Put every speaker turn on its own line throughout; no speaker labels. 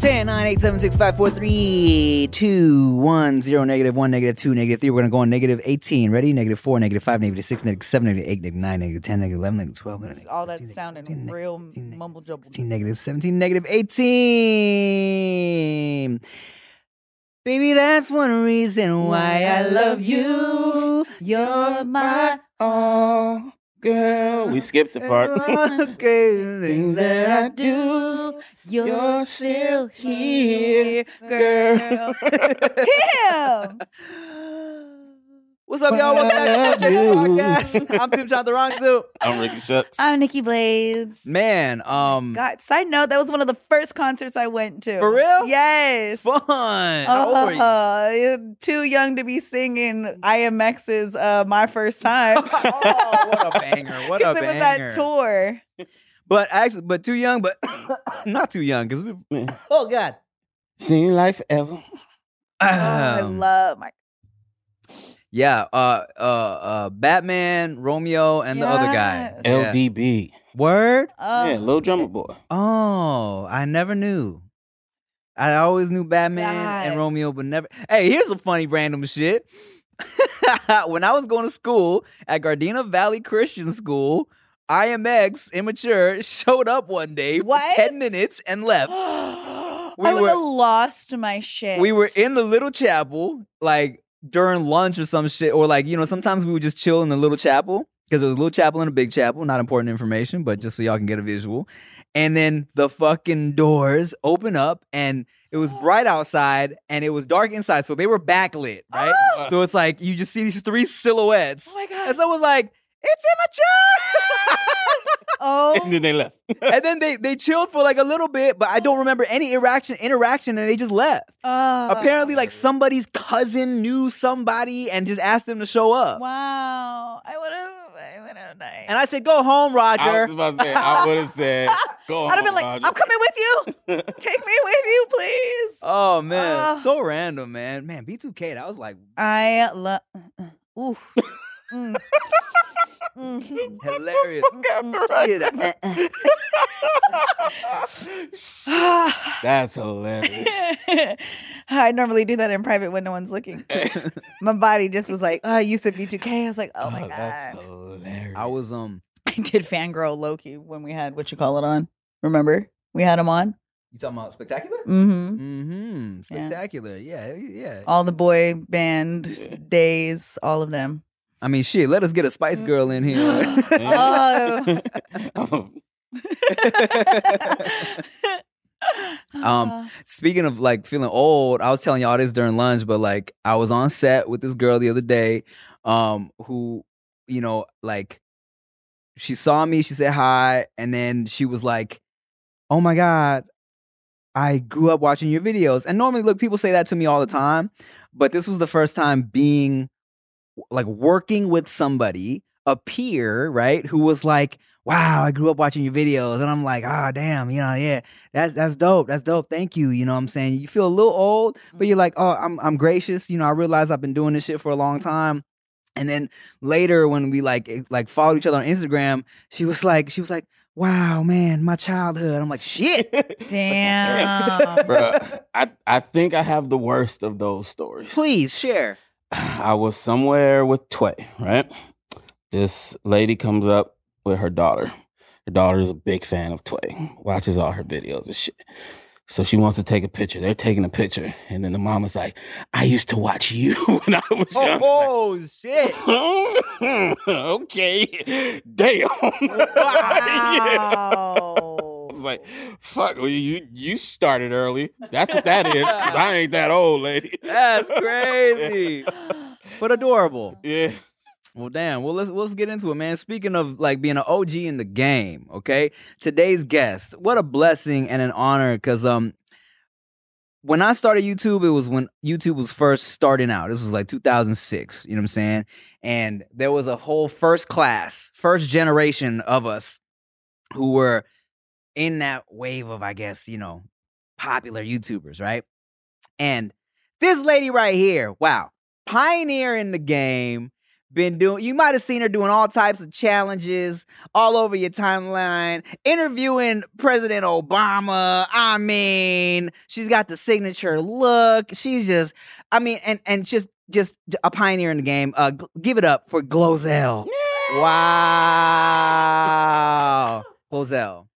10, 9, 8, 7, 6, 5, 4, 3, 2, 1, 0, negative 1, negative 2, negative 3. We're going to go on negative 18. Ready? Negative 4, negative 5, negative 6, negative 7, negative 8, negative 9, negative 10, negative 11, negative 12.
It's all that sounding real mumble jumble.
16, negative 17, negative 18. Baby, that's one reason why I love you. You're my
Oh, girl. We skipped the part.
okay,
Things that I do, you're still here, girl.
Damn.
What's up, y'all? Welcome back to the podcast. I'm Tim John the Wrong Soup.
I'm Ricky Shucks.
I'm Nikki Blades.
Man, um,
God, side note, that was one of the first concerts I went to.
For real?
Yes.
fun. How old were you?
Uh, you're too young to be singing IMX's uh, My First Time.
oh, what a banger! What a
Because it was
banger!
that tour.
But actually, but too young, but not too young because we.
Man.
Oh God!
Seen life ever.
Oh, I
Um,
love my.
yeah, uh, uh, uh, Batman, Romeo, and the other guy.
Yes.
Yeah.
LDB.
Word.
Oh,
yeah, Lil Drummer Boy.
Oh, I never knew. I always knew Batman and
God.
Romeo, but never. Hey, here's some funny random shit. when I was going to school at Gardena Valley Christian School, IMX Immature showed up one day for
What?
10 minutes and left.
I
We
would
were-
have lost my shit.
We were in the little chapel, like during lunch or some shit, or like, you know, sometimes we would just chill in the little chapel because there was a little chapel and a big chapel, not important information, but just so y'all can get a visual. And then the fucking doors open up and it was bright outside and it was dark inside. So they were backlit, right?
Oh,
So it's like you just see these three silhouettes.
oh my
And
god.
so it was like, it's immature.
And then
Oh,
they left.
and then they, they chilled for like a little bit, but I don't remember any interaction interaction and they just left
uh,
apparently like somebody's cousin knew somebody and just asked them to show up
Wow. I would have. I would have died.
and i said go home
I
roger
was about to say, I would have said, go
I'd have been
home,
like,
Roger.
I'm coming with you. Take me with you, please.
oh man
Ah.
so random man man b2k that was like
I love. Ooh. Mm. Mhm.
hilarious
Mm.
Yeah, that- eh, eh.
That's hilarious.
I normally do that in private when no one's looking. My body just was like, oh, you said B2K. I was like, oh my
That's
God.
hilarious.
i was um
I did fangirl Loki when we had what you call it on. Remember? We had him on.
you talking about spectacular
hmm
mm-hmm spectacular yeah yeah
All the boy band days, all of them.
i mean shit let us get a spice girl in here
Oh.
Um, Speaking of like feeling old, I was telling y'all this during lunch, but like I was on set with this girl the other day, um, who, you know, like she saw me, she said hi, and then she was like, Oh my God, I grew up watching your videos. And normally, look, people say that to me all the time, but this was the first time being like working with somebody, a peer, right, who was like, Wow, I grew up watching your videos. And I'm like, ah, damn, you know, yeah that's that's dope. That's dope. Thank you. You know what I'm saying? You feel a little old, but you're like, oh, I'm I'm gracious. You know, I realize I've been doing this shit for a long time. And then later when we like eh, like followed each other on Instagram, she was like, she was like, wow, man, my childhood. I'm like, shit.
Damn.
Bruh, I, I think I have the worst of those stories.
Please share.
I was somewhere with Tway, right? This lady comes up with her daughter. Her daughter is a big fan of Tway, watches all her videos and shit. So she wants to take a picture. They're taking a picture. And then the mom is like, I used to watch you when I was young.
Oh, shit.
okay. Damn. Yeah.
Wow.
I was like, fuck, well, you you started early. That's what that is. 'cause I ain't that old, lady.
That's crazy. But adorable.
Yeah.
Well, damn. Well, let's let's get into it, man. Speaking of like being an OG in the game, okay. Today's guest, what a blessing and an honor, because um, when I started YouTube, it was when YouTube was first starting out. This was like 2006. You know what I'm saying? And there was a whole first class, first generation of us who were in that wave of, I guess, you know, popular YouTubers, right? And this lady right here, wow, pioneering the game. Been doing, you might have seen her doing all types of challenges all over your timeline, interviewing President Obama. I mean, she's got the signature look. She's just, I mean, and and just just a pioneer in the game. Uh, g- give it up for Glozell. Wow, Glozell.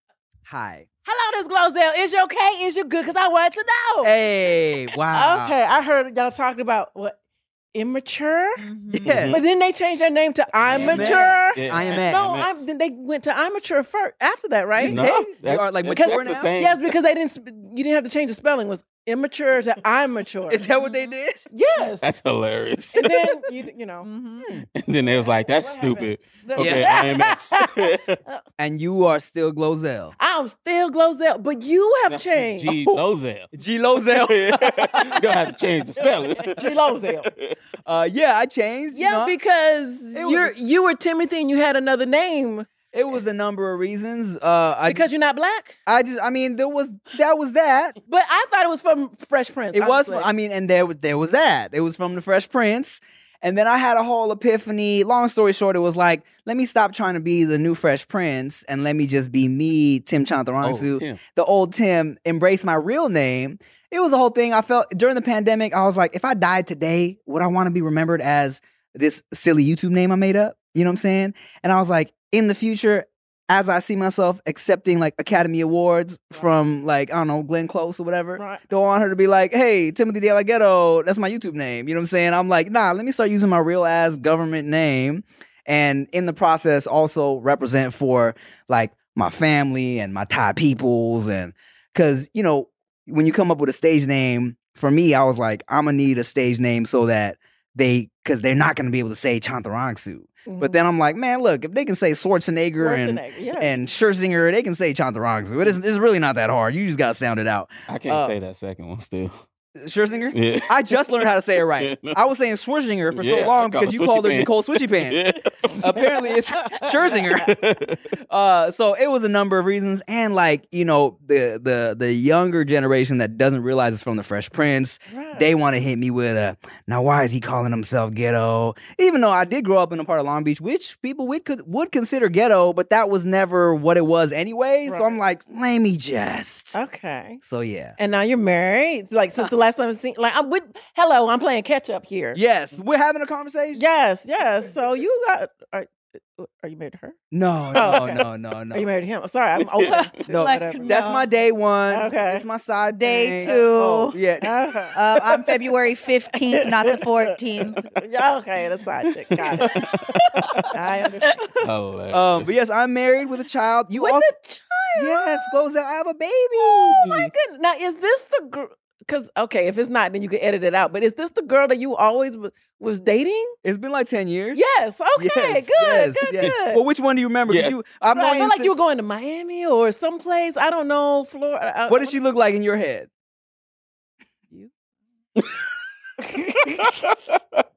Hi.
Hello, this Glozell. Is you okay? Is you good? Because I want to know.
Eh. Hey. Wow.
Oh. Okay, I heard y'all talking about what immature,
Mhm.
Yeah.
but then they changed their name to I'm
Amen.
mature.
I am at.
No,
Amen.
I'm, then they went to I'm mature first after that, right?
No,
They-
that-
are, like,
that's-
mature
that's the
now?
same.
yes, because they didn't. sp- You didn't have to change the spelling. It Was immature to I'm mature.
Is that what they did?
yes.
That's hilarious.
and then you you know.
Mhm.
and then they was like, "That's
What
stupid."
the-
Okay,
Yeah.
IMX.
And you are still Glozell.
I'm still Glozell, but you have changed.
G Lozell.
G
you
Lozell.
don't have to change the spelling. Oh,
G Lozell.
Uh, yeah, I changed. you
Yeah,
know?
because
It
you're
was-
you were Timothy and you had another name
it was a number of reasons. Uh, I
because
just,
you're not black.
I just, I mean, there was that was that.
But I thought it was from Fresh Prince.
It was,
honestly.
I mean, and there was there was that. It was from the Fresh Prince, and then I had a whole epiphany. Long story short, it was like, let me stop trying to be the new Fresh Prince and let me just be me, Tim
Oh.
Chantharongsu.
Tim.
the old Tim embrace my real name. It was a whole thing. I felt during the pandemic, I was like, if I died today, would I want to be remembered as this silly YouTube name I made up? You know what I'm saying? And I was like, in the future, as I see myself accepting like Academy Awards from like, I don't know, Glenn Close or whatever.
Right.
Don't want her to be like, hey, Timothy De La Ghetto, that's my YouTube name. You know what I'm saying? I'm like, nah, let me start using my real ass government name. And in the process, also represent for like my family and my Thai peoples. And because, you know, when you come up with a stage name, for me, I was like, I'm going to need a stage name so that they, because they're not going to be able to say Chantarangsu. But then I'm like, man, look, if they can say Schwarzenegger, and
Schwarzenegger, yeah.
and Scherzinger, they can say Chantarangsu. It is, it's really not that hard. You just got to sound it out.
I can't
Uh,
say that second one still.
Scherzinger?
Yeah.
I just learned how to say it right.
Yeah.
I was saying Schwarzinger for
Yeah,
so long
I call
because
it
you
Switchy
called her
Pants.
Nicole Switchy Pants. Apparently, it's Scherzinger. Uh, so it was a number of reasons, and like you know, the the the younger generation that doesn't realize it's from the Fresh Prince,
Right.
they want to hit me with a now. Why is he calling himself ghetto? Even though I did grow up in a part of Long Beach, which people would could, would consider ghetto, but that was never what it was anyway. So I'm like, let me just.
okay.
So yeah.
And now you're married. Like since the last time I've seen, like I'm with. Hello, I'm playing catch up here.
Yes, we're having a conversation.
Yes, yes. So you got are, uh, are you married to her?
No,
Oh,
no,
okay.
no, no, no.
Are you married to him? I'm sorry, I'm open. to
No,
Like,
whatever.
That's
No.
my day one.
Okay.
It's my side
Day
thing.
two.
Oh, yeah.
Okay.
Uh, I'm February 15th, not the 14th.
Yeah, okay, that's side chick. Got it. I understand.
Hilarious.
Um, but yes, I'm married with a child. You
With
also
the child.
yes, goes out. I have a baby.
Oh my goodness. Now is this the girl? Because okay, if it's not, then you can edit it out. But is this the girl that you always w- was dating?
It's been like ten years.
Yes. Okay.
Yes,
good.
yes,
good.
yes.
Good.
Well, which one do you remember? 'Cause
Yes.
You, I've
Right, I
known
feel
you
like you were
since-
going to Miami or someplace. I don't know, Florida. I-
What did she look like in your head?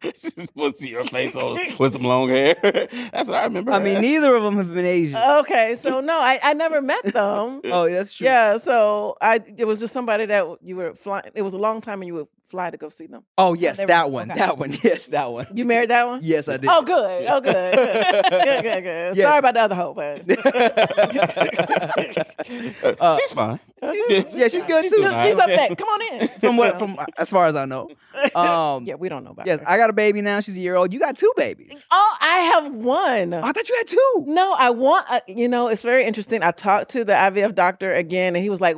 Just puts your face on with some long hair. That's what I remember.
I mean, neither of them have been Asian.
Uh, Okay, so no, I, I never met them.
oh, that's true.
yeah, so I it was just somebody that you were flying. It was a long time, and you would fly to go see them.
Oh yes,
they were-
that one.
okay.
That one. Yes, that one.
You married that one?
Yes, I did.
Oh, good. Oh, good. Good. Good. Good. good.
Yeah.
Sorry about the other hoe, but
Uh, she's fine.
yeah, she's good
She's,
too.
she's up next. Come on in.
from what? From uh, as far as I know. Um,
yeah, we don't know about.
yes,
her.
I got a baby now. She's a year old. You got two babies.
oh, I have one.
I thought you had two.
No, I want, uh, you know, it's very interesting. I talked to the IVF doctor again, and he was like,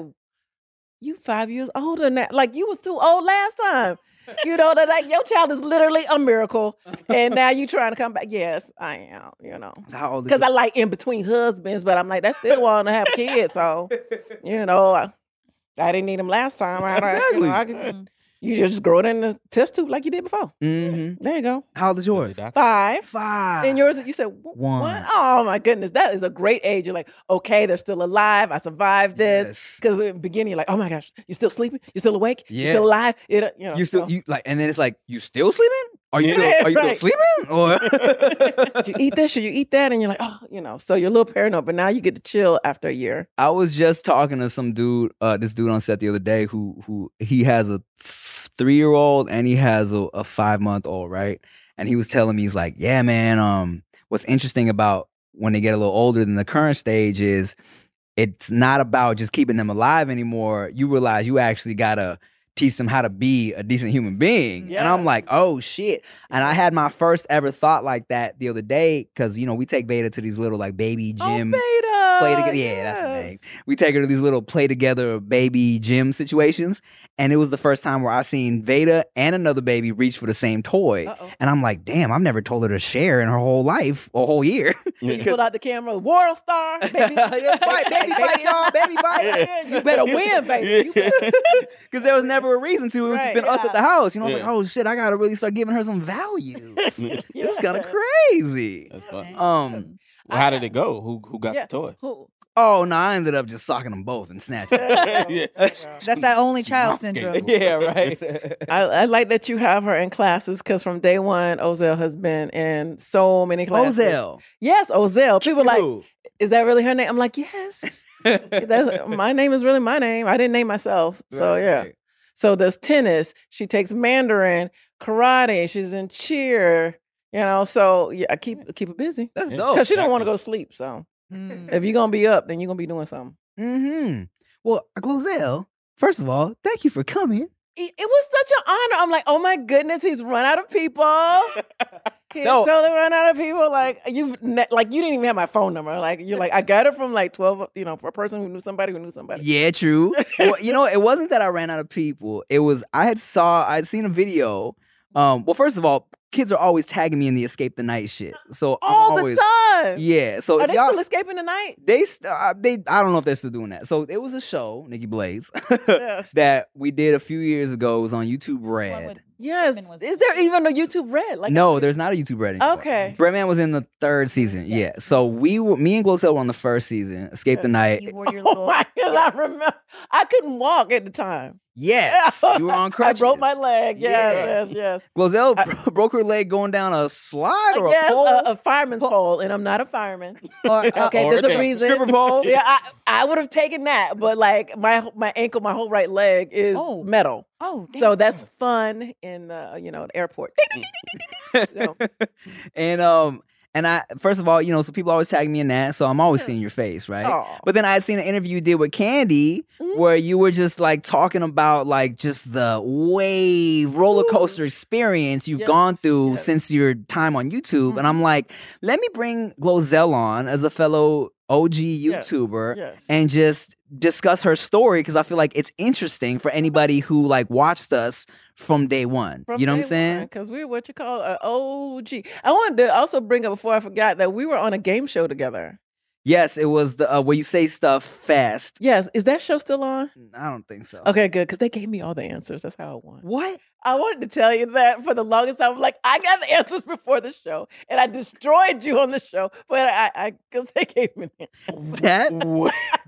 You five years older now. Like, you was too old last time. You know, that like your child is literally a miracle, and now you trying to come back. Yes, I am, you know.
How old? is
Because
your-
I like in between husbands, but I'm like, I still want to have kids. So, you know, I, I didn't need them last time. I, I- you, know, I could- you just grow it in the test tube like you did before.
Mm-hmm.
There you go.
How old is yours?
Five.
Five.
And yours, you said "Wh-
One.
one. Oh my goodness, that is a great age. You're like, okay, they're still alive. I survived this.
Yes.
Because in the beginning, you're like, oh my gosh, you're still sleeping, you're still awake,
Yeah.
you're still alive. It, uh, you know,
You still
so-
you like, and then it's like you still sleeping? Are you
Yeah,
still, are you
right.
still sleeping? Or
Should you eat this? Should you eat that? And you're like, oh, you know. So you're a little paranoid, but now you get to chill after a year.
I was just talking to some dude, uh, this dude on set the other day who who he has a three year old and he has a, a five month old, right? And he was telling me he's like, yeah, man. Um, what's interesting about when they get a little older than the current stage is it's not about just keeping them alive anymore. You realize you actually gotta teach them how to be a decent human being. And I'm
Yeah.
like, oh shit. And I had my first ever thought like that the other day because you know we take Beta to these little like baby gym
oh,
play
beta.
together. Yeah, that's her name.
yes.
We take her to these little play together baby gym situations, and it was the first time where I seen Veda and another baby reach for the same toy,
Uh-oh.
and I'm like, damn, I've never told her to share in her whole life, a whole year.
You pulled out the camera, world star, baby.
Yeah, fight, baby, fight, y'all, baby, fight.
Yeah, you better win, baby. You better
Because there was never a reason to. It was just
Right,
been us
yeah.
at the house. You know, I was
Yeah.
like, oh shit, I gotta really start giving her some value. It's
Yeah.
kind of crazy.
Mm-hmm.
That's fun.
Um,
Well, how did it go? Who who got
Yeah.
the toy?
Who?
Oh no, I ended up just socking them both and snatching. them.
That's that only child
Masking.
syndrome.
yeah, right.
I, I like that you have her in classes because from day one, Ozell has been in so many classes.
Ozell.
Yes, Ozell. People like,
Ooh.
is that really her name? I'm like, yes. That's, my name is really my name. I didn't name myself. So,
Right,
yeah.
right.
So, does tennis. She takes Mandarin, karate. She's in cheer. You know, so yeah, I keep keep her busy
That's
Yeah.
dope.
because she don't want to
exactly.
go to sleep. So
Mm.
if you're gonna be up, then you're gonna be doing something.
Mm-hmm. Well, Glozell, first of all, thank you for coming.
It, it was such an honor. I'm like, oh my goodness, he's run out of people. He's
No.
totally run out of people. Like you've ne- like you didn't even have my phone number. Like you're like I got it from like twelve. You know, for a person who knew somebody who knew somebody.
Yeah, true. well, you know, it wasn't that I ran out of people. It was I had saw I'd seen a video. Um, well, first of all, kids are always tagging me in the escape the night shit. So I'm
all
always-
the time.
Yeah. So
Are
if
they
y'all
still escaping the night?
they st- uh, they I don't know if they're still doing that. So it was a show, Nikki Blaze,
Yes.
that we did a few years ago. It was on YouTube
One
Red.
would-
yes.
Bregman was-
Is there even a YouTube Red? Like
no, there's not a YouTube Red anymore.
Okay.
Breadman was in the third season. Yeah. So we were, me and Glosell were on the first season, Escape the Night.
You wore your
Oh
little.
my god! I remember I couldn't walk at the time.
Yes. You were on crutches.
I broke my leg.
Yeah.
Yes, yes, yes.
Glozell
I-
bro- broke her leg going down a slide or
yes,
a pole.
a, a fireman's pole, and I'm not a fireman.
Or, uh,
Okay,
Or
there's
a
a reason.
stripper pole.
Yeah, I, I would have taken that, but like my my ankle, my whole right leg is
Oh.
metal,
oh, damn.
so that's fun in the you know the airport. No.
and um and I first of all, you know, so people always tag me in that, so I'm always seeing your face, right?
Aw.
But then I had seen an interview you did with Candy
Mhm.
where you were just like talking about like just the wave roller
Ooh.
coaster experience you've
Yes,
gone through
yes. Mm-hmm.
since your time on YouTube. And I'm like, let me bring Glozell on as a fellow OG
Yes,
YouTuber.
yes.
and just discuss her story because I feel like it's interesting for anybody who like watched us from day one. you know what I'm saying?
Because we're what you call an OG. I wanted to also bring up before I forgot that we were on a game show together.
Yes, it was the uh, where you say stuff fast.
Yes, is that show still on?
I don't think so.
Okay, good. Because they gave me all the answers. That's how I won.
What?
I wanted to tell you that for the longest time. I'm like, I got the answers before the show, and I destroyed you on the show. But I, I, because they gave me. The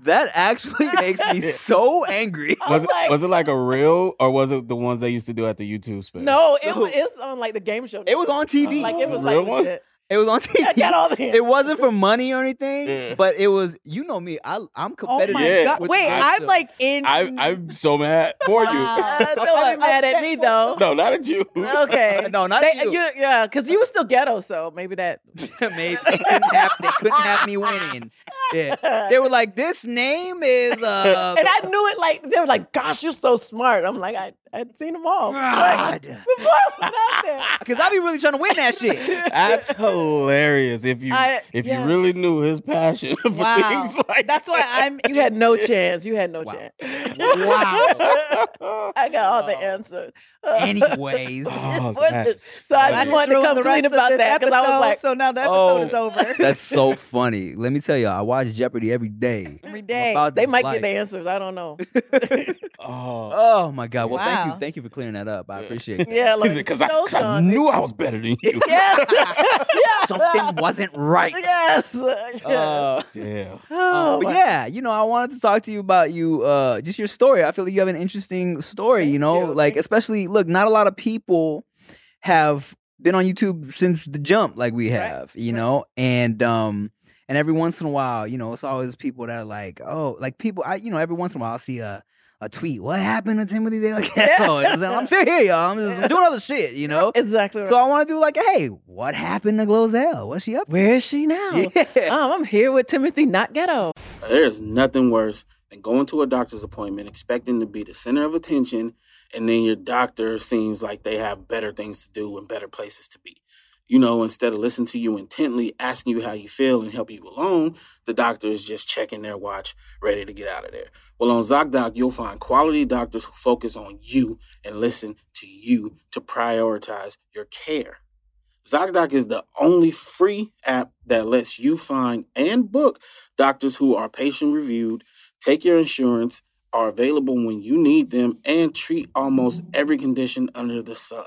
That that actually makes me so angry.
I
Was
was,
it,
like,
was it like a real or was it the ones they used to do at the YouTube space?
no, it,
So-
it's on like the game show.
It was on TV.
Like
It
it
was
was
a real
like
one?
legit.
It was on
I got
TV.
all the
It wasn't for money or anything,
Yeah.
but it was. You know me. I I'm
Oh
competitive.
my
Yeah.
god!
with
Wait,
myself.
I'm like in.
I I'm so mad for
Wow.
Uh,
you.
don't be mad at me though.
no, not at you.
Okay.
No, not
They-
you.
yeah, because you were still ghetto, so maybe that.
Maybe they couldn't have they couldn't have me winning. Yeah. They were like, this name is uh
and I knew it. Like they were like, "Gosh, you're so smart." I'm like, I I'd seen them all.
God.
Like, before I went out there.
Cause I be really trying to win that shit.
That's hilarious. If you
I-
if
yeah.
you really knew his passion for
Wow.
things like
That's why I'm.
You had no chance. You had no
Wow.
chance.
Wow.
I got all the answers.
Anyways.
Oh,
For the-
that's
so I
I
just
funny.
wanted to
ruined
come
the
clean
rest of
about
this
that because I was
episode,
like,
so now the
Oh.
episode is over.
That's so funny. Let me tell y'all, I watch Jeopardy every day.
Every
I'm
day.
about
they
this
might
life.
get the answers. I don't know.
Oh.
Oh my God. Well, thank
Wow.
you. Thank you for clearing that up. I
Yeah.
appreciate it.
Yeah, like
Because I,
so
'cause I
young.
knew I was better than you.
Yes. yes.
Something wasn't right.
Yes. yes.
Uh,
Yeah.
Uh,
oh,
but
my-
yeah, you know, I wanted to talk to you about you, uh, just your story. I feel like you have an interesting story, you
Thank
know,
you.
like
Thank-
especially look, not a lot of people have been on YouTube since the jump, like we
Right,
have, you
right.
know, and um, and every once in a while, you know, it's always people that are like, oh, like people, I, you know, every once in a while, I see a. A tweet. What happened to Timothy De La Ghetto? You know what I'm, saying? I'm still here, y'all. I'm just I'm doing other shit, you know.
Exactly.
So
right.
I want to do like, hey, what happened to Glozell? What's she up to?
Where is she now?
Yeah.
Um, I'm here with Timothy, not ghetto.
There's nothing worse than going to a doctor's appointment expecting to be the center of attention, and then your doctor seems like they have better things to do and better places to be. You know, instead of listening to you intently, asking you how you feel and help you along, the doctor is just checking their watch, ready to get out of there. Well, on ZocDoc, you'll find quality doctors who focus on you and listen to you to prioritize your care. ZocDoc is the only free app that lets you find and book doctors who are patient reviewed, take your insurance, are available when you need them, and treat almost every condition under the sun.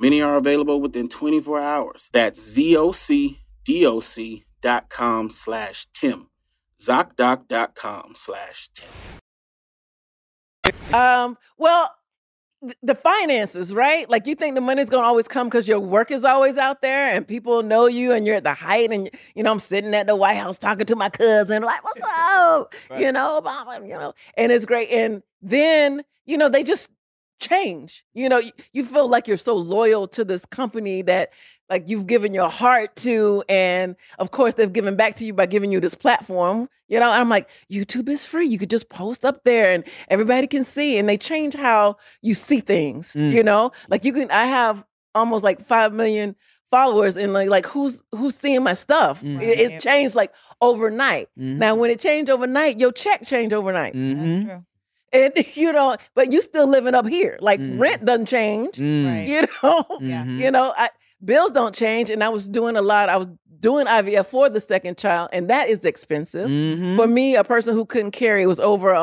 Many are available within 24 hours. That's ZocDoc.com slash Tim. ZocDoc.com slash Tim.
Um, well, th- the finances, right? Like you think the money's gonna always come because your work is always out there and people know you and you're at the height and you know I'm sitting at the White House talking to my cousin like, "What's up?"
Right.
You know, blah, blah, you know, and it's great. And then you know they just change. You know, you, you feel like you're so loyal to this company that like you've given your heart to and of course they've given back to you by giving you this platform you know and i'm like youtube is free you could just post up there and everybody can see and they change how you see things
Mm.
you know like you can i have almost like 5 million followers and like like who's who's seeing my stuff
Mm.
it, it
Right.
changed like overnight
Mhm.
now when it changed overnight your check changed overnight
Mhm.
That's true.
and you know but you still living up here like
Mm.
rent doesn't change
Mm.
Right.
you know
Yeah.
Mhm.
you know I, bills don't change and i was doing a lot i was doing ivf for the second child and that is expensive
Mhm.
for me a person who couldn't carry it was over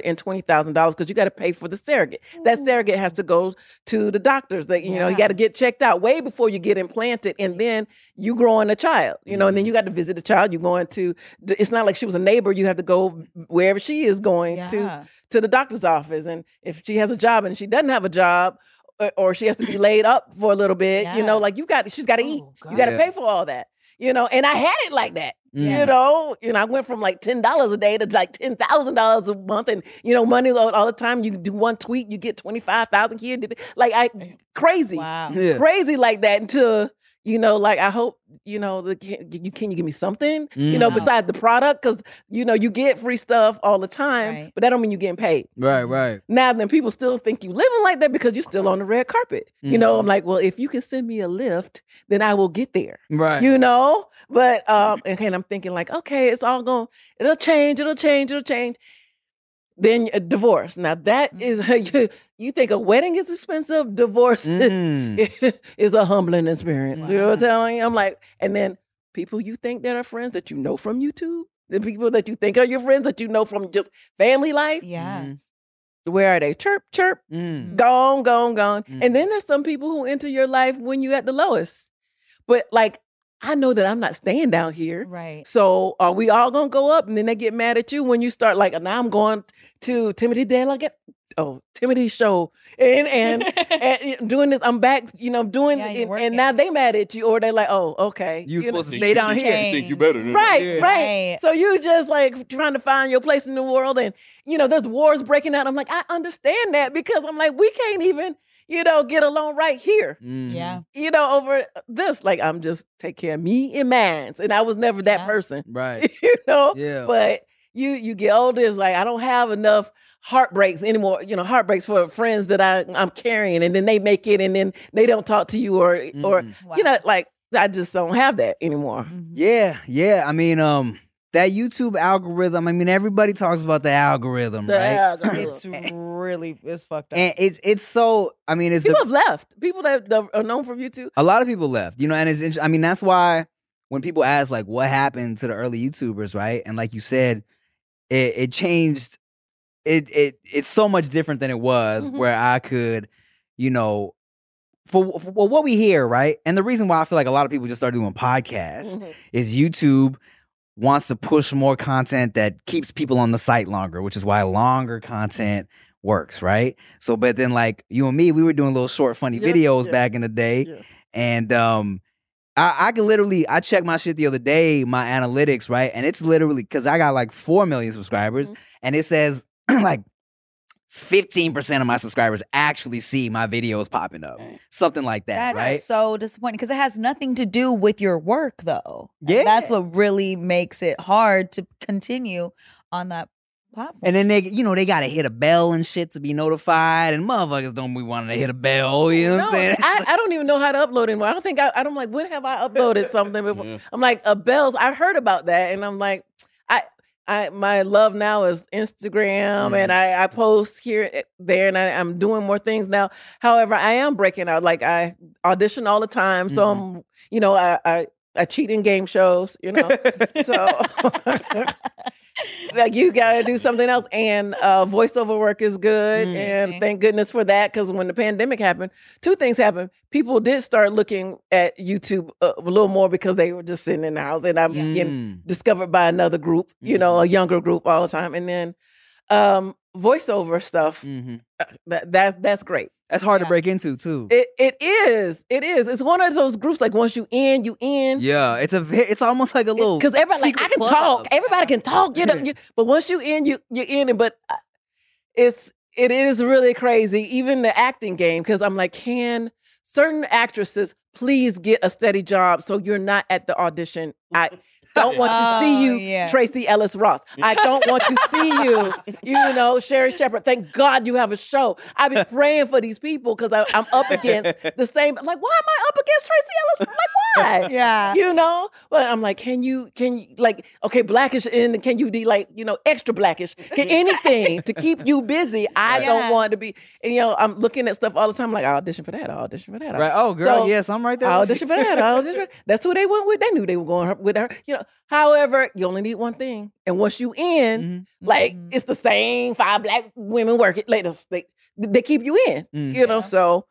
$120000 because you got to pay for the surrogate that surrogate has to go to the doctors that you know you
Yeah.
got to get checked out way before you get implanted and then you growing a child you know and
Mm-hmm.
then you got to visit the child you going to it's not like she was a neighbor you have to go wherever she is going to
Yeah.
to the doctor's office. And if she has a job and she doesn't have a job, or, or she has to be laid up for a little bit, you know,
Yeah.
like you got, she's
Oh,
got to eat. You got to
Yeah.
pay for all that, you know. And I had it like that, you
Mm.
know. You know, I went from like ten dollars a day to like ten thousand dollars a month, and you know, money all, all the time. You do one tweet, you get twenty five thousand here. did it- Like I crazy,
Wow.
Yeah.
crazy like that until. You know, like I hope you know the can you can you give me something you know
Mm-hmm.
Mm.
besides the product because you know you get free stuff all the time,
Right.
but that don't mean you getting paid.
Right, right.
Now then people still think you living like that because you're still on the red carpet.
Mm-hmm.
You know, I'm like, well, if you can send me a lift, then I will get there.
Right.
You know? But um okay, and I'm thinking like, okay, it's all going it'll change, it'll change, it'll change. Then a divorce. Now that is you, you think a wedding is expensive, divorce
Mm.
is a humbling experience. You know what
Wow.
I'm telling you? I'm like, and then people you think that are friends that you know from YouTube, the people that you think are your friends that you know from just family life,
Yeah.
Mm-hmm.
Mhm.
where are they? Chirp, chirp
Mm.
gone, gone, gone.
Mhm.
And then there's some people who enter your life when you at the lowest. But like, I know that I'm not staying down here.
Right.
So are we all gonna go up? And then they get mad at you when you start like, now I'm going to Timothy Day like oh Timothy show and and, and eh, doing this. I'm back, you know, I'm doing
Yeah, you're
and, and now they mad at you or they like, oh okay,
You
know?
supposed to stay down here.
think you
better than
Right,
Yeah.
right.
Right.
So you just like trying to find your place in the world, and you know, there's wars breaking out. I'm like, I understand that because I'm like, we can't even, you know, get along right here,
Mm.
Yeah.
you know, over this. Like, I'm just take care of me and mine, and I was never that
Yeah.
person,
Right.
you know.
Yeah.
But you you get older, it's like I don't have enough heartbreaks anymore. You know, heartbreaks for friends that I I'm carrying, and then they make it, and then they don't talk to you, or or
Mm.
you know, like I just don't have that anymore.
Mm-hmm.
Yeah, yeah. I mean, um, that YouTube algorithm. I mean, everybody talks about the algorithm,
The
right?
algorithm.
It's really it's fucked up.
And it's it's so. I mean, it's the
People have left. People that, that are known from YouTube.
a lot of people left you know and it's inter- i mean that's why when people ask like what happened to the early YouTubers, right? And like you said, it it changed. It it it's so much different than it was
Mhm.
where I could, you know, for, for well, what we hear, right? And the reason why I feel like a lot of people just started doing podcasts
Mhm.
is YouTube wants to push more content that keeps people on the site longer, which is why longer content works, right? So, but then like you and me, we were doing little short, funny
Yeah,
videos
yeah,
back in the day,
yeah.
and um. I, I could literally I checked my shit the other day, my analytics, right? And it's literally because I got like four million subscribers,
Mhm.
and it says like fifteen percent of my subscribers actually see my videos popping up,
Right.
something like that,
That's
right?
so disappointing because it has nothing to do with your work, though. And
Yeah.
that's what really makes it hard to continue on that platform.
And then they, you know, they gotta hit a bell and shit to be notified, and motherfuckers don't be wanting to hit a bell. You know what
no,
I'm saying?
I, I don't even know how to upload anymore. I don't think I, I don't like when have I uploaded something before.
Yeah.
I'm like, uh, bells. I've heard about that, and I'm like, I, I, my love now is Instagram,
Mhm.
and I, I post here, eh, there, and I, I'm doing more things now. However, I am breaking out. Like I audition all the time, so I'm, you know, I, I, I cheat in game shows, you know. so, like, you got to do something else, and uh, voiceover work is good,
Mhm.
and thank goodness for that. Because when the pandemic happened two things happened. People did start looking at YouTube uh, a, a little more because they were just sitting in the house, and I'm getting
Mm.
discovered by another group, you know, a younger group all the time. And then um, voiceover stuff
Mhm.
that, that that's great.
That's hard to
Yeah.
break into too.
It it is, it is. It's one of those groups like once you in, you in.
yeah, it's a, ve- it's almost like a little
because everybody like I
secret
can
club.
talk. Everybody can talk. You know, you, but once you in, you you in it. But I- it's it is really crazy. Even the acting game, because I'm like, can certain actresses please get a steady job so you're not at the audition? I don't want to see
Oh,
you,
yeah.
Tracy Ellis Ross. I don't want to see you. You know, Sherry Shepherd. Thank God you have a show. I've been praying for these people because I'm up against the same. Like, why am I up against Tracy Ellis? Like, why?
yeah.
you know but i'm like can you can you like okay blackish and can you be like you know extra blackish can anything to keep you busy i
Right.
don't
Yeah.
want to be and you know i'm looking at stuff all the time like i audition for that i audition for that I-
Right? Oh, girl,
So,
yes, I'm right there.
I
with
audition for that. I audition. That's who they went with. They knew they were going her- with her. You know. However, you only need one thing, and once you
you.
in,
Mhm.
like
Mhm.
it's the same five black women working. Like that's- they they keep you in
Mm.
you know
Yeah.
so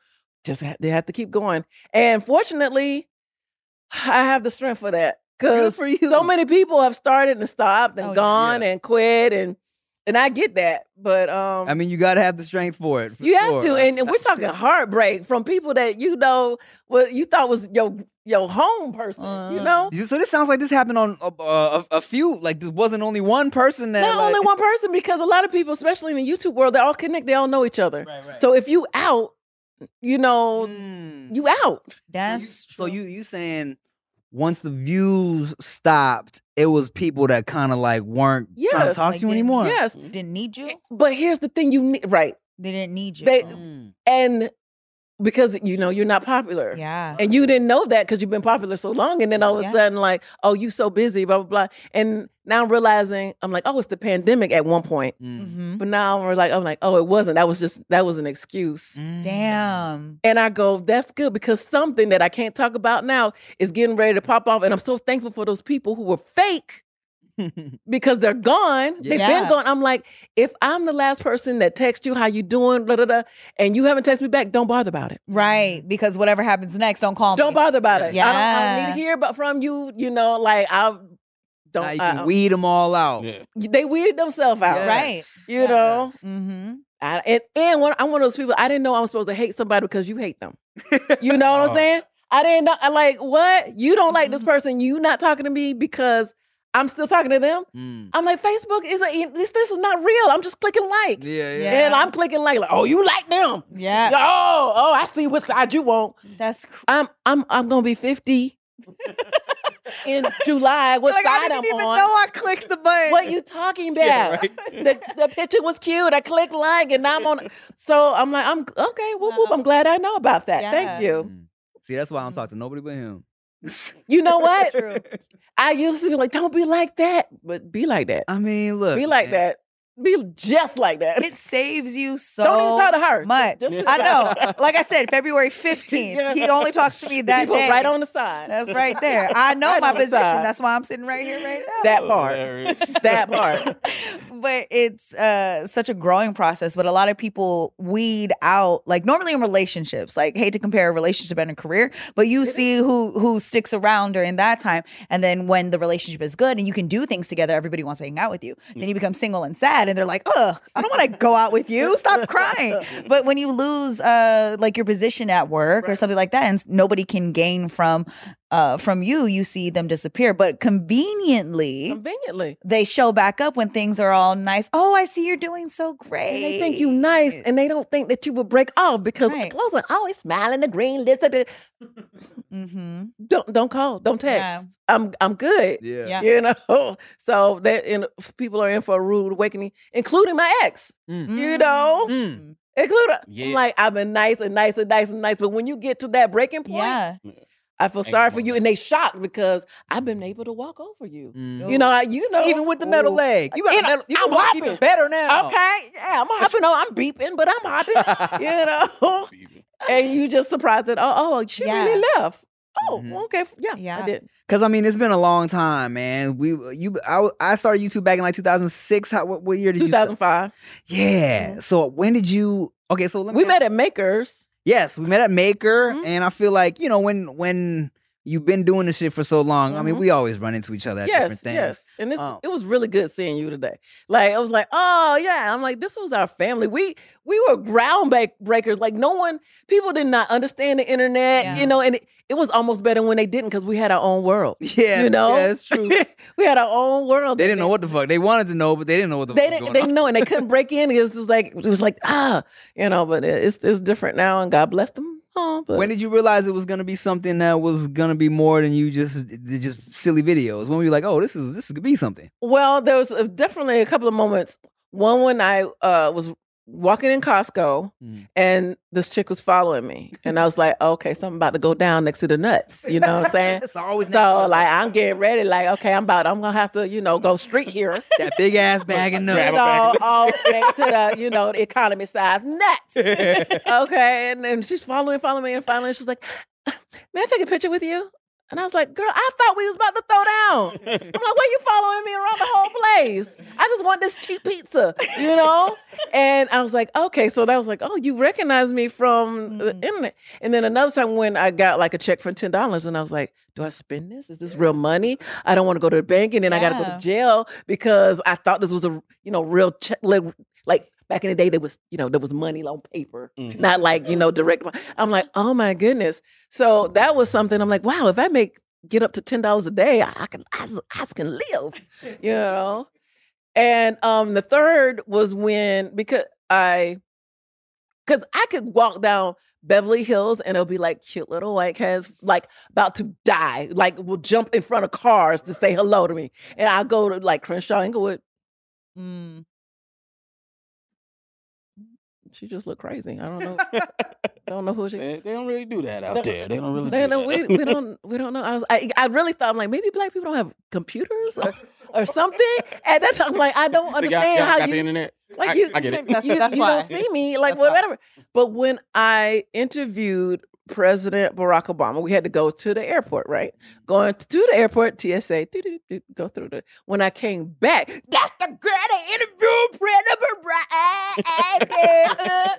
just ha- they have to keep going and fortunately i have the strength for that
Good
because
for you.
so many people have started and stopped and
Oh, yeah.
gone
Yeah.
and quit and and i get that but um
I mean, you gotta have the strength for it. for
you have
sure.
to and, and we're talking heartbreak from people that you know what you thought was your your home person you
Uh.
know
You- So this sounds like this happened on a, a, a few. Like this wasn't only one person that.
not
like,
only one person because a lot of people especially in the youtube world they're all connected they all know each other
Right, right.
so if you out you know
Mm.
you out
That's
so
true.
you you saying once the views stopped, it was people that kind of like weren't trying to
Yes,
talk
like
to you
didn't-
anymore.
yes
didn't need you.
but here's the thing you need right
They didn't need you.
They-
Mm.
and because you know you're not popular
yeah.
and you didn't know that because you've been popular so long and then all of
Yeah.
a sudden like oh you so busy blah blah blah and now I'm realizing i'm like oh it's the pandemic at one point
Mm.
Mhm.
but now we're like i'm like oh it wasn't that was just that was an excuse
Mm.
Damn.
and i go that's good because something that i can't talk about now is getting ready to pop off and i'm so thankful for those people who were fake because they're gone. They've been
Yeah.
gone. I'm like, if I'm the last person that texts you, how you doing, da, da, da, and you haven't texted me back, don't bother about it.
Right. Because whatever happens next, Mm. don't call
Don't
me.
bother about it. I, don't, I don't
Yeah.
need to hear but from you. You know, like I don't. uh,
now you
I-
can
I-
weed them all out.
Yeah.
they weeded themselves out,
Right.
You know,
Mm-hmm.
I, and and one, I'm one of those people. I didn't know I'm supposed to hate somebody because you hate them. You know what
Oh.
I'm saying? I didn't know. I like what you don't like this
Mhm.
person. You not talking to me because I'm still talking to them.
Mm.
I'm like Facebook is a e, this this is not real. I'm just clicking like.
Yeah, yeah.
Yeah.
And I'm clicking like, like, oh, you like them.
Yeah.
Oh, oh, I see what side you want.
That's cr-
I'm I'm I'm gonna be 50 in July. What
like, I
side
didn't
I'm
even
on.
know I clicked the button.
what you talking about? the, the picture was cute. I clicked like and now I'm on so I'm like, I'm okay, whoop whoop. I'm glad I know about that. Thank
Uh-huh. Yeah.
you.
Mm. See, that's why I don't
Mm.
talk to nobody but him. Mm.
You know what?
True.
I used to be like, don't be like that, but be like that.
I mean, look,
Be like
man,
that. be just like that.
It saves you so
Don't even talk to her.
much.
Just- just-
I know. Like I said, February 15th.
Yeah.
He only talks to me that
People
day.
right on the side.
That's right there. I know
Right
my
on the
position.
side.
That's why I'm sitting right here right now.
That part.
Hilarious.
that part.
but it's uh, such a growing process. But a lot of people weed out, like normally in relationships, like hate to compare a relationship and a career, but you see who who sticks around during that time, and then when the relationship is good and you can do things together, everybody wants to hang out with you. Then you become single and sad, and they're like, "Ugh, I don't want to go out with you. Stop crying." But when you lose, uh, like your position at work or
Right.
something like that, and s- nobody can gain from. Uh, from you, you see them disappear, but conveniently,
Conveniently.
they show back up when things are all nice. Oh, I see you're doing so great.
And they think you nice and they don't think that you will break off because
Right.
the close one always smiling, the green lips. da- da-
Mm-hmm.
Don't don't call. Don't
Yeah.
text. I'm I'm good.
Yeah.
Yeah.
You know, so that and people are in for a rude awakening, including my ex. You know,
Mm-hmm.
Mm.
including I'm
Yeah.
like I've been nice and nice and nice and nice, but when you get to that breaking point,
Yeah.
I feel
Ain't
sorry
no
for you,
more.
and they shocked because I've been able to walk over you.
Mm.
Nope.
You know, I- you know,
Even with the metal
Ooh.
leg, you got
You
a
know,
metal. You
I'm
can walk
hopping.
even better now.
Okay, yeah, I'm hopping on. I'm beeping, but I'm hopping. you know, and you just surprised that oh, oh, she
Yeah.
really left. Oh,
Mhm.
okay, yeah,
Yeah.
I did.
Cause I mean, it's been a long time, man. We you I, w- I started YouTube back in like 2006. How, what, what year did you? start?
2005.
Yeah. So when did you? Okay, so let me
Mm-hmm. We met at Makers.
Yes, we met at Maker,
Mhm.
and I feel like you know when when you've been doing this shit for so long. I mean,
Mhm.
we always run into each other at different
Yes,
things.
yes. And this,
Um,
it was really good seeing you today. Like I was like, oh yeah. I'm like, this was our family. We we were ground ba- breakers. Like no one, people did not understand the internet.
Yeah.
You know, and it, it was almost better when they didn't because we had our own world.
Yeah,
You know?
yeah, it's true.
we had our own world.
they didn't know what the fuck they wanted to know, but they didn't know what the
they
fuck was
didn't.
going
They
on.
didn't know, and they couldn't break in. It was just like it was like ah, you know. But it- it's it's different now, and God bless them. Oh, but
When did you realize it was gonna be something that was gonna be more than you just just silly videos? When were you like, oh, this is this could be something?
Well, there was uh, definitely a couple of moments. One when I uh, was walking in Costco
Mhm.
and this chick was following me, and I was like, "Okay, something about to go down next to the nuts." You know what I'm saying?
It's always
so like, I'm getting ready. Like, okay, I'm about. I'm gonna have to, you know, go street here.
that big ass bag of
You
nuts.
know, all next to the, you know, the economy size nuts. okay, and and she's following, following me, and finally she's like, "May I take a picture with you?" And I was like, "Girl, I thought we was about to throw down." I'm like, why you following me around the whole place? I just want this cheap pizza, you know? And I was like, okay. So that was like, oh, you recognize me from the
Mhm.
internet. And then another time when I got like a check for $10 and I was like, do I spend this? Is this real money? I don't want to go to the bank and then I got to go
Yeah.
to jail because I thought this was a, you know, real check. Like, like back in the day, there was, you know, there was money on paper,
Mhm.
not like, you know, direct. mon- I'm like, oh my goodness. So that was something I'm like, wow, if I make get up to ten dollars a day, I, I can I, s- I s- can live, you know. And um, the third was when because I, because I could walk down Beverly Hills and it'll be like cute little white kids like about to die, like will jump in front of cars to say hello to me, and I go to like Crenshaw Inglewood.
Mm.
She just looked crazy. I don't know. don't know who she.
They, they don't really do that out
No.
there. They don't really.
They
do
don't, we,
that.
we don't we don't know. I, was, I I really thought I'm like maybe black people don't have computers or, or something. At that time, I'm like I don't
They got-
understand
y'all
how
got
you
the internet.
like
I-
you.
I get it.
You,
That's-
you
that's why.
don't see me like
That's why.
whatever. But when I interviewed President Barack Obama, we had to go to the airport. Right, going to the airport, TSA, doo-doo-doo-doo, go through the. When I came back, that's the girl that interviewed President Barack. Obama.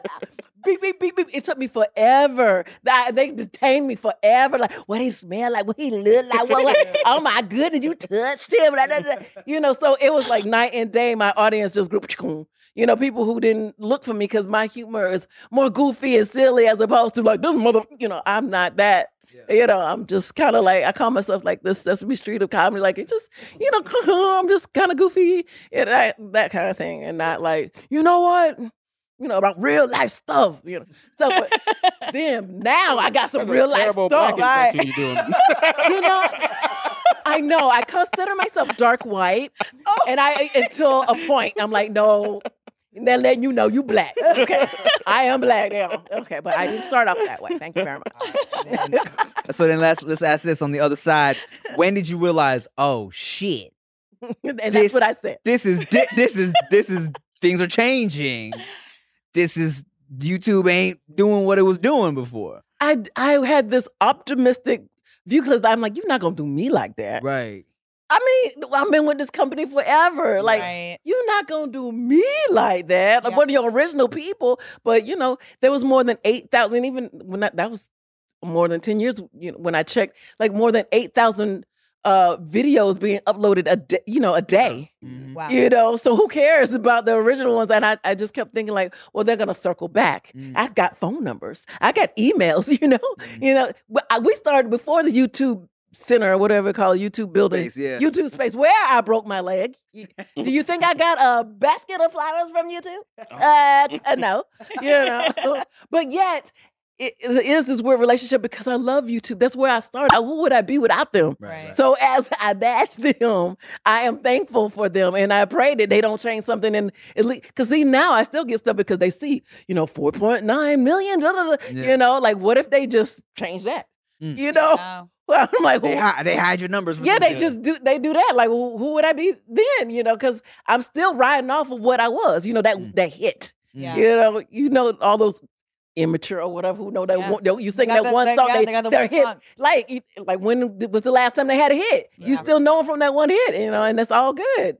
beep, beep, beep, beep. It took me forever. Th- They detained me forever. Like, what he smell like, what he look like, what, what- oh my goodness, you touched him. blah, blah, blah. You know, so it was like night and day. My audience just grew, you know, people who didn't look for me because my humor is more goofy and silly as opposed to like, this mother, you know, I'm not that. You know, I'm just kind of like I call myself like this Sesame Street of comedy. Like it just, you know, I'm just kind of goofy and that that kind of thing, and not like you know what, you know about real life stuff. You know, so but then now I got some
That's a
real life
terrible
stuff.
black
right.
impression you doing.
You know, I know I consider myself dark white,
Oh.
and I until a point I'm like no. They're letting you know you black. Okay, I am black now. Okay, but I didn't start off that way. Thank you very much.
So then let's let's ask this on the other side. When did you realize? Oh shit,
and
This-
that's what I said.
this is di- this is this is things are changing. This is YouTube ain't doing what it was doing before.
I I had this optimistic view because I'm like, you're not gonna do me like that.
Right.
I mean, I've been with this company forever. Like,
Right.
you're not gonna do me like that. Like
Yeah.
one of your original people, but you know, there was more than eight thousand. Even when I, that was more than ten years, you know, when I checked, like more than eight thousand uh videos being uploaded a day, you know, a day.
Mhm.
Mm-hmm. Wow.
You know, so who cares about the original ones? And I, I just kept thinking like, well, they're gonna circle back.
Mm.
I've got phone numbers. I got emails. You know,
Mhm.
you know. But I- We started before the YouTube center or whatever it called YouTube building.
Space, yeah.
YouTube space where I broke my leg. You- Do you think I got a basket of flowers from YouTube?
Oh.
Uh, uh, no, you know. But yet, it, it is this weird relationship because I love YouTube. That's where I started. Who would I be without them?
right. right.
So as I bash them, I am thankful for them, and I pray that they don't change something. And at least, because see now I still get stuff because they see, you know, four point nine million. Blah, blah, blah.
Yeah.
You know, like what if they just change that?
Mm.
You know,
Wow.
well, I'm like,
they
who-
hide, they hide your numbers. For
yeah, they
something.
just do they do that. Like, who, who would I be then? You know, because I'm still riding off of what I was. You know that
Mm.
that hit.
Yeah.
You know, you know all those immature or whatever who know that
Yeah.
one, you sing
They
that
got the-
one
they-
song.
yeah,
they,
they got the
their
one
hit.
song.
Like, you- like when th- was the last time they had a hit? You
Yeah.
still know 'em from that one hit. You know, and that's all good.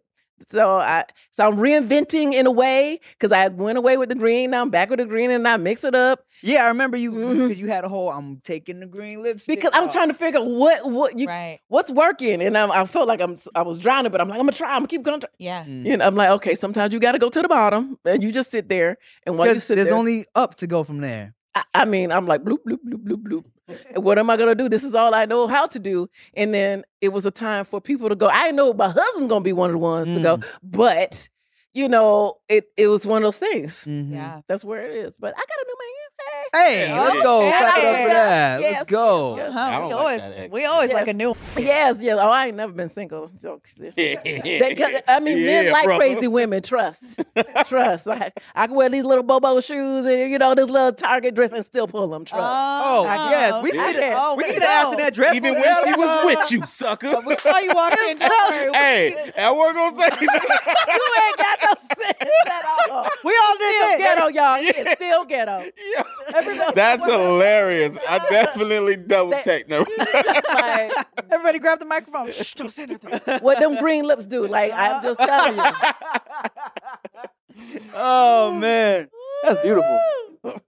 So I so I'm reinventing in a way because I went away with the green. Now I'm back with the green, and I mix it up
Yeah, I remember you because
Mhm.
you had a whole. I'm taking the green lipstick
because I'm
off."
trying to figure out what what you
right.
what's working. And I, I felt like I'm s- I was drowning, but I'm like I'm gonna try. I'm gonna keep going.
Yeah.
Mm.
You know, I'm like, okay, sometimes you got to go to the bottom and you just sit there. And while you
Because
sit
there's
there,
only up to go from there.
I, I mean, I'm like, bloop, bloop, bloop, bloop, bloop. And what am I going to do? This is all I know how to do. And then it was a time for people to go. I didn't know my husband's going to be one of the ones to
Mm.
go, but you know, it, it was one of those things.
Mm.
Mhm.
Yeah.
That's where it is. But I got a new man. Hey.
Hey,
Yeah,
let's
okay.
go. Clap it up
Yes.
for that.
Yes.
Let's go.
Yeah.
Uh-huh.
I
We
don't like
always,
that act.
we always
Yeah.
like a new one.
Yes, yes. Oh, I ain't never been single. Jokes. They got- I mean, men
Yeah,
like
brother.
crazy women. Trust, trust. I, I can wear these little bobo shoes and you know this little Target dress and still pull them. Trust.
Oh,
I
yes. We
okay.
see
that.
the
Oh,
we
we
see the
know.
ass in that dress.
Even
for
when
that.
she was with you, sucker.
We saw you walk in. Don't worry. We-
hey, I wasn't gonna say nothing.
you ain't got no sense at all.
We all
Still
did that.
ghetto, y'all. It's still ghetto.
Yeah.
Everybody-
That's hilarious. I definitely double
That-
checked them.
like
Everybody grab the microphone. Shh, don't say nothing.
what them green lips do. Like
Uh-uh.
I'm just telling you.
oh man, that's beautiful.
Uh
All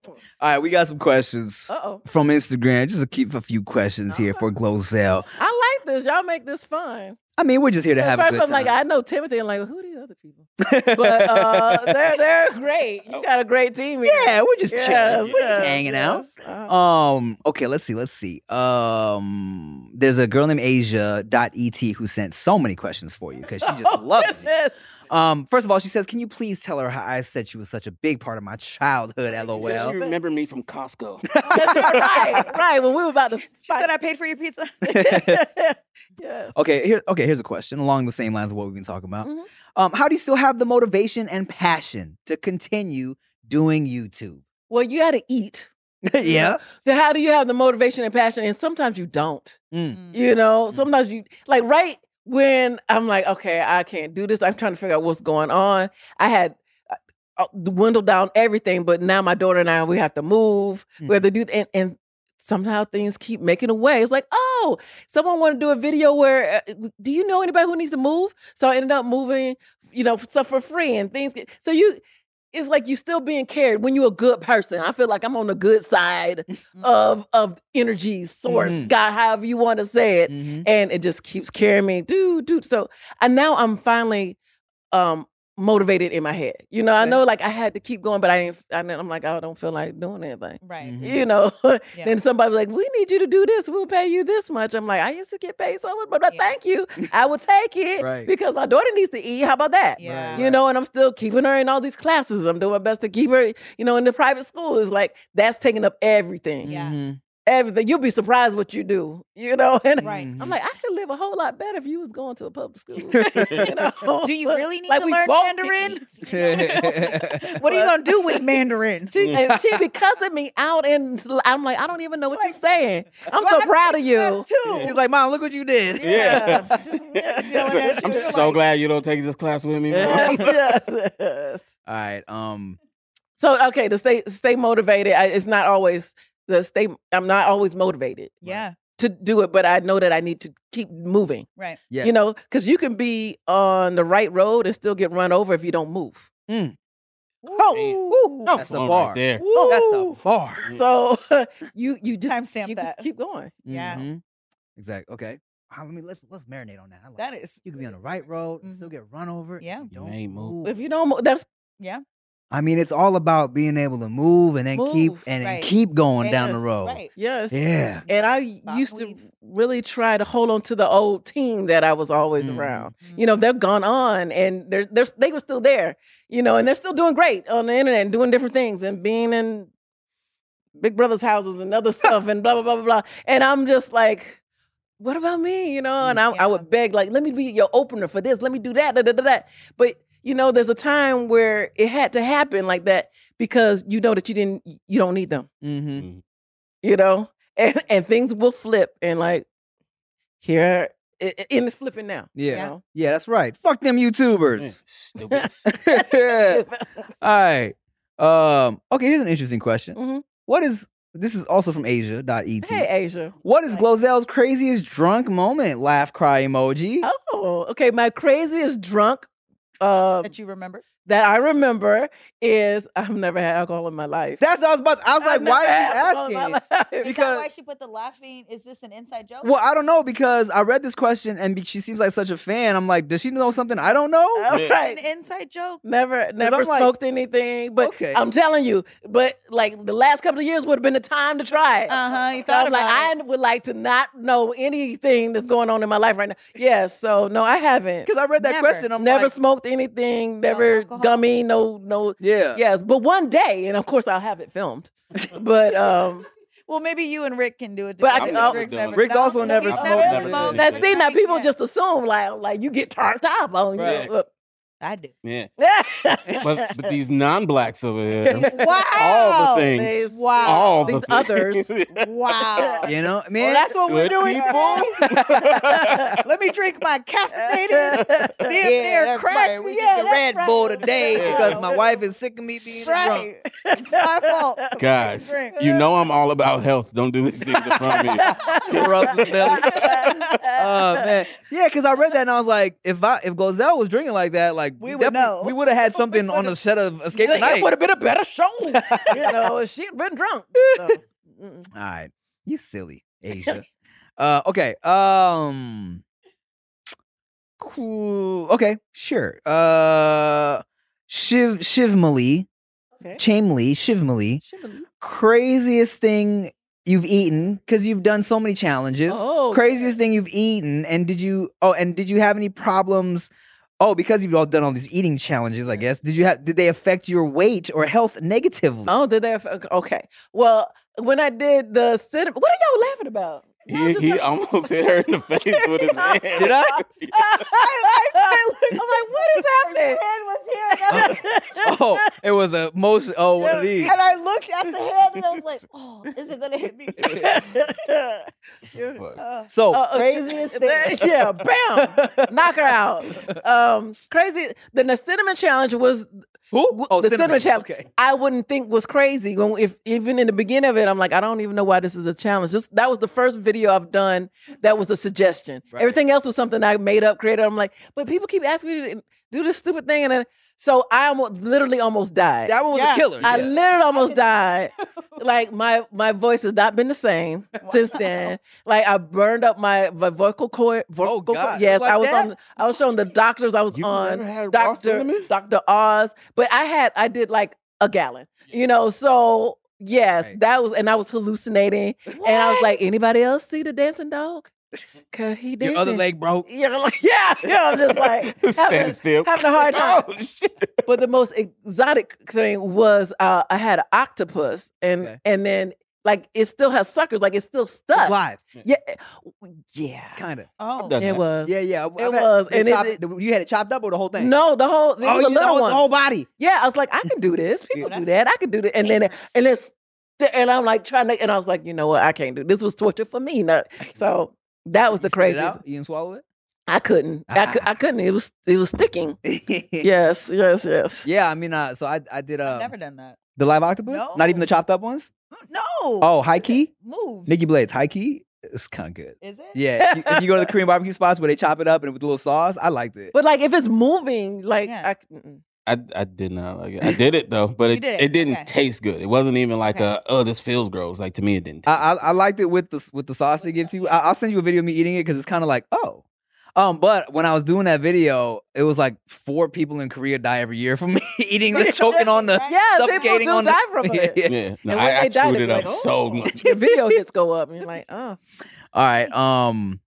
right, we got some questions
oh.
from Instagram. Just to keep a few questions here for Glozell.
I like this. Y'all make this fun.
I mean, we're just here to
At
have a
first
good
I'm
time.
like, I know Timothy. I'm like, who are these other people? But uh they're they're great.
Oh.
You got a great team here.
yeah, we're just chilling.
Yes,
We're just
yes,
hanging out.
yes. Uh-huh.
Um, okay, let's see, let's see. Um, there's a girl named Asia.et who sent so many questions for you because she
oh,
just loves you.
Yes.
Um, first of all, she says, Can you please tell her how I said she was such a big part of my childhood?
Well,
LOL.
you remember me from Costco.
Yes, you're right, right. When we were about to
She
fight.
said I paid for your pizza.
yes.
okay, here okay, here's a question along the same lines of what we've been talking about.
Mhm.
Um, how do you still have the motivation and passion to continue doing YouTube?
Well, you had to eat.
yeah.
Then how do you have the motivation and passion? And sometimes you don't.
Mm.
You know,
Mm.
sometimes you like right when I'm like, okay, I can't do this. I'm trying to figure out what's going on. I had uh, uh, dwindled down everything, but now my daughter and I we have to move. We
Mm.
have to do and and somehow things keep making a way. It's like, oh, someone want to do a video where uh, do you know anybody who needs to move? So I ended up moving, you know, stuff for free and things. Get, so you. It's like you still being carried when you're a good person. I feel like I'm on the good side
Mm.
of of energy source,
Mhm.
God, however you want to say it,
Mm-hmm.
Mhm.
and it just keeps carrying me, dude, dude. So and now I'm finally um motivated in my head. You know, I
Okay.
know like I had to keep going, but I ain't. I, didn't- I'm like, "Oh, I don't feel like doing anything.
Right.
Mhm.
You know,
Mm-hmm. Yeah.
then somebody was like, "We need you to do this. We'll pay you this much." I'm like, "I used to get paid so much, but I
Yeah.
thank you. I will take it
Right.
because my daughter needs to eat. How about that?
Yeah.
You know, and I'm still keeping her in all these classes. I'm doing my best to keep her, you know, in the private school. It's like that's taking up everything.
Yeah.
Mhm.
everything. You'll be surprised what you do, you know? And
Right.
I'm like, I could live a whole lot better if you was going to a public school. you know?
Do you really need
Like,
to
we
learn
both
Mandarin?
need- you know?
What are you gonna
But-
do with Mandarin?
She and she'd be cussing me out, and I'm like, I don't even know what you're saying. I'm so
Well,
proud of you.
Too.
She's like, Mom, look what you did.
Yeah.
yelling at
I'm
you,
so
like-
glad you don't take this class with me.
Yes,
Mom.
yes, yes.
All right. Um.
So okay, to stay stay motivated, I, it's not always the stay. I'm not always motivated
Yeah,
to do it, but I know that I need to keep moving.
right.
Yeah.
You know, because you can be on the right road and still get run over if you don't move.
Mm.
Oh, woo,
That's a
One
bar.
Right there.
woo.
That's a Mm. bar.
So you you just
Timestamp
you
that.
keep going.
Yeah.
Mhm. Exactly. Okay. Wow, let me let's let's marinate on that. I like
That is.
You can be on the right road and still get run over.
Yeah.
and
You
don't
ain't move.
If you don't, mo- that's
I mean, it's all about being able to move and then keep
Move,
and then
right.
keep going down the
Yes,
road.
Right.
yes.
Yeah.
And I
Bob
used to
Weave.
really try to hold on to the old team that I was always
Mm.
around. You
mm-hmm,
know, they've gone on and they're, they're they were still there, you know, and they're still doing great on the internet and doing different things and being in big brother's houses and other stuff and blah blah blah blah blah. And I'm just like, what about me? You know, and I, I
Yeah.
would beg, like, let me be your opener for this, let me do that, da da da da. But you know, there's a time where it had to happen like that because you know that you didn't you don't need them
Mm-hmm.
you know, and, and things will flip and like here i- i- and it's flipping now.
Yeah.
You
yeah.
know?
that's right. Fuck them
Yeah,
YouTubers.
Stupid.
all right. Um, okay, here's an interesting question.
Mhm.
What is this is also from Asia.et.
Hey Asia.
What is Glozell's craziest drunk moment? Laugh cry emoji.
Oh, okay. My craziest drunk uh,
That you remember?
that I remember is I've never had alcohol in my life.
That's what I was about to, I was
I've
like, why are
never had alcohol
you
in my
asking?
life.
Is that
Because
why she put the laughing? Is this an inside joke?
Well, I don't know because I read this question and be- she seems like such a fan. I'm like, does she know something I don't know?
All
Yeah.
an
right.
inside joke.
Never, never
I'm like,
smoked anything, but
okay.
I'm telling you, but like the last couple of years would have been the time to try it.
Uh huh. You
So
thought about
I'm like, I
it.
would like to not know anything that's going on in my life right now. Yeah, so no, I haven't.
Because I read that
Never.
question. I'm
Never
like,
smoked anything, never
alcohol?
gummy, no, no.
yeah.
Yes, but one day, and of course I'll have it filmed. But um,
Well, maybe you and Rick can do it.
But
together.
I can- I'll-
uh, Rick's,
I've
never
Rick's
done
also
it.
never
He's
smoked
never
anything.
smoked.
that's
Yeah.
see now people
Yeah.
just assume like like you get turned up on
Right.
you.
I do.
Yeah. But,
but,
but these non-blacks over here,
Wow.
all the things,
These-
Wow.
all
these
the
others.
things.
Wow.
You know, man.
Well, that's what we're
Good
doing
people.
today. Let me drink my caffeinated, damn near
that's
crack.
right. We
yeah,
did the
that's
Red
right.
Bull today
Yeah.
because my wife is sick of me being drunk.
Right. It's my fault.
Guys,
Drink.
you know I'm all about health. Don't do these things in front of me.
Corrupt the belly. Oh man, yeah, because I read that and I was like, if I if Glozell was drinking like that, like
We would know.
We would have had something on the set of Escape the Night.
It would have been a better show, you know, if she'd been drunk. So, mm-mm.
All right, you silly Asia. uh, okay. Um. Cool. Okay. Sure. Uh. Shiv Shivmali,
Okay.
Chamli Shivmali,
Shibbly.
craziest thing you've eaten because you've done so many challenges.
Oh,
craziest thing you've eaten, and did you? Oh, and did you have any problems? Oh, because you've all done all these eating challenges,
Mm.
I guess. Did you have? Did they affect your weight or health negatively?
Oh, did they? have- Okay. Well, when I did the cinnamon, what are y'all laughing about? Y'all
He,
just
he
like-
almost hit her in the face with his hand.
Did I?
I'm like, what is happening?
Your head was here, and I, was-
Oh, it was a most. Oh, one of these.
and I looked at the head, and I was like, "Oh, is it gonna hit me?"
Fuck.
Uh,
So
Uh, uh,
Craziest thing.
Yeah, bam, knock her out. Um, crazy. Then the cinnamon challenge was
Who? Oh,
the cinnamon challenge.
Okay.
I wouldn't think was crazy. When if even in the beginning of it, I'm like, I don't even know why this is a challenge. Just that was the first video I've done that was a suggestion.
Right.
Everything else was something I made up, created. I'm like, but people keep asking me to do this stupid thing, and then, so I almost literally almost died.
That one was
Yeah.
a killer.
I
yeah.
literally almost died. like my my voice has not been the same since then. Like I burned up my, my vocal cord. Vocal cord.
Oh, God.
Yes,
Like
I was
that?
on. I was showing the doctors. I was
You
on
never had raw
Doctor
cinnamon?
Doctor Oz, but I had I did like a gallon. You know, so yes,
Right.
that was and I was hallucinating, and I was like, anybody else see the dancing dog? Cause he dancing.
Your other leg broke.
Yeah, like, yeah, yeah. I'm just like having,
Stand still.
having a hard time.
Oh, shit.
But the most exotic thing was uh, I had an octopus, and
Okay.
and then Like it still has suckers. Like it's still stuck.
It's live,
Yeah, eh, yeah,
kind of.
Oh,
done
it
that.
was.
Yeah, yeah. I've
It
had-
was,
they
and it-
chopped-
it-
you had it chopped up or the whole thing.
No, the whole it
oh,
was
you
a
the
little
whole,
one.
the whole body.
Yeah, I was like, I can do this. People
Yeah.
do that. I can do that. And then and it's and I'm like trying to and I was like, you know what? I can't do this. Was torture for me. Not, so that was
You
the
spit it
craziest.
out? You didn't swallow
I couldn't. I, cou- I couldn't. It was it was sticking.
it.
Yes, yes, yes.
Yeah, I mean, uh, so I I did uh
I've never done that.
the live octopus, not even the
No.
chopped up ones.
Mm, No.
Oh, high key,
Moves.
Nikki Blades, high key. It's kind of good.
Is it?
Yeah, if you, if you go to the Korean barbecue spots where they chop it up and with a little sauce, I liked it.
But like if it's moving, like
Yeah.
I c- mm, mm-mm.
I, I did not like it. I did it though, but
You
it,
did it,
it. didn't
okay.
taste good. It wasn't even like
Okay.
a oh this feels gross. Like to me it didn't. Taste
I, I, I liked it with the s- with the sauce they give to you. I, I'll send you a video of me eating it because it's kind of like oh, um. But when I was doing that video, it was like four people in Korea die every year from eating the choking on the.
Right.
yeah, people
Suffocating
do
on the-
die from
Yeah,
it.
yeah.
good. yeah, no,
And
I,
when
I
they die,
chewed
they
it
be
up
like,
so
"Oh."
much.
Your video hits go up. And you're like,
All
oh.
right. Um,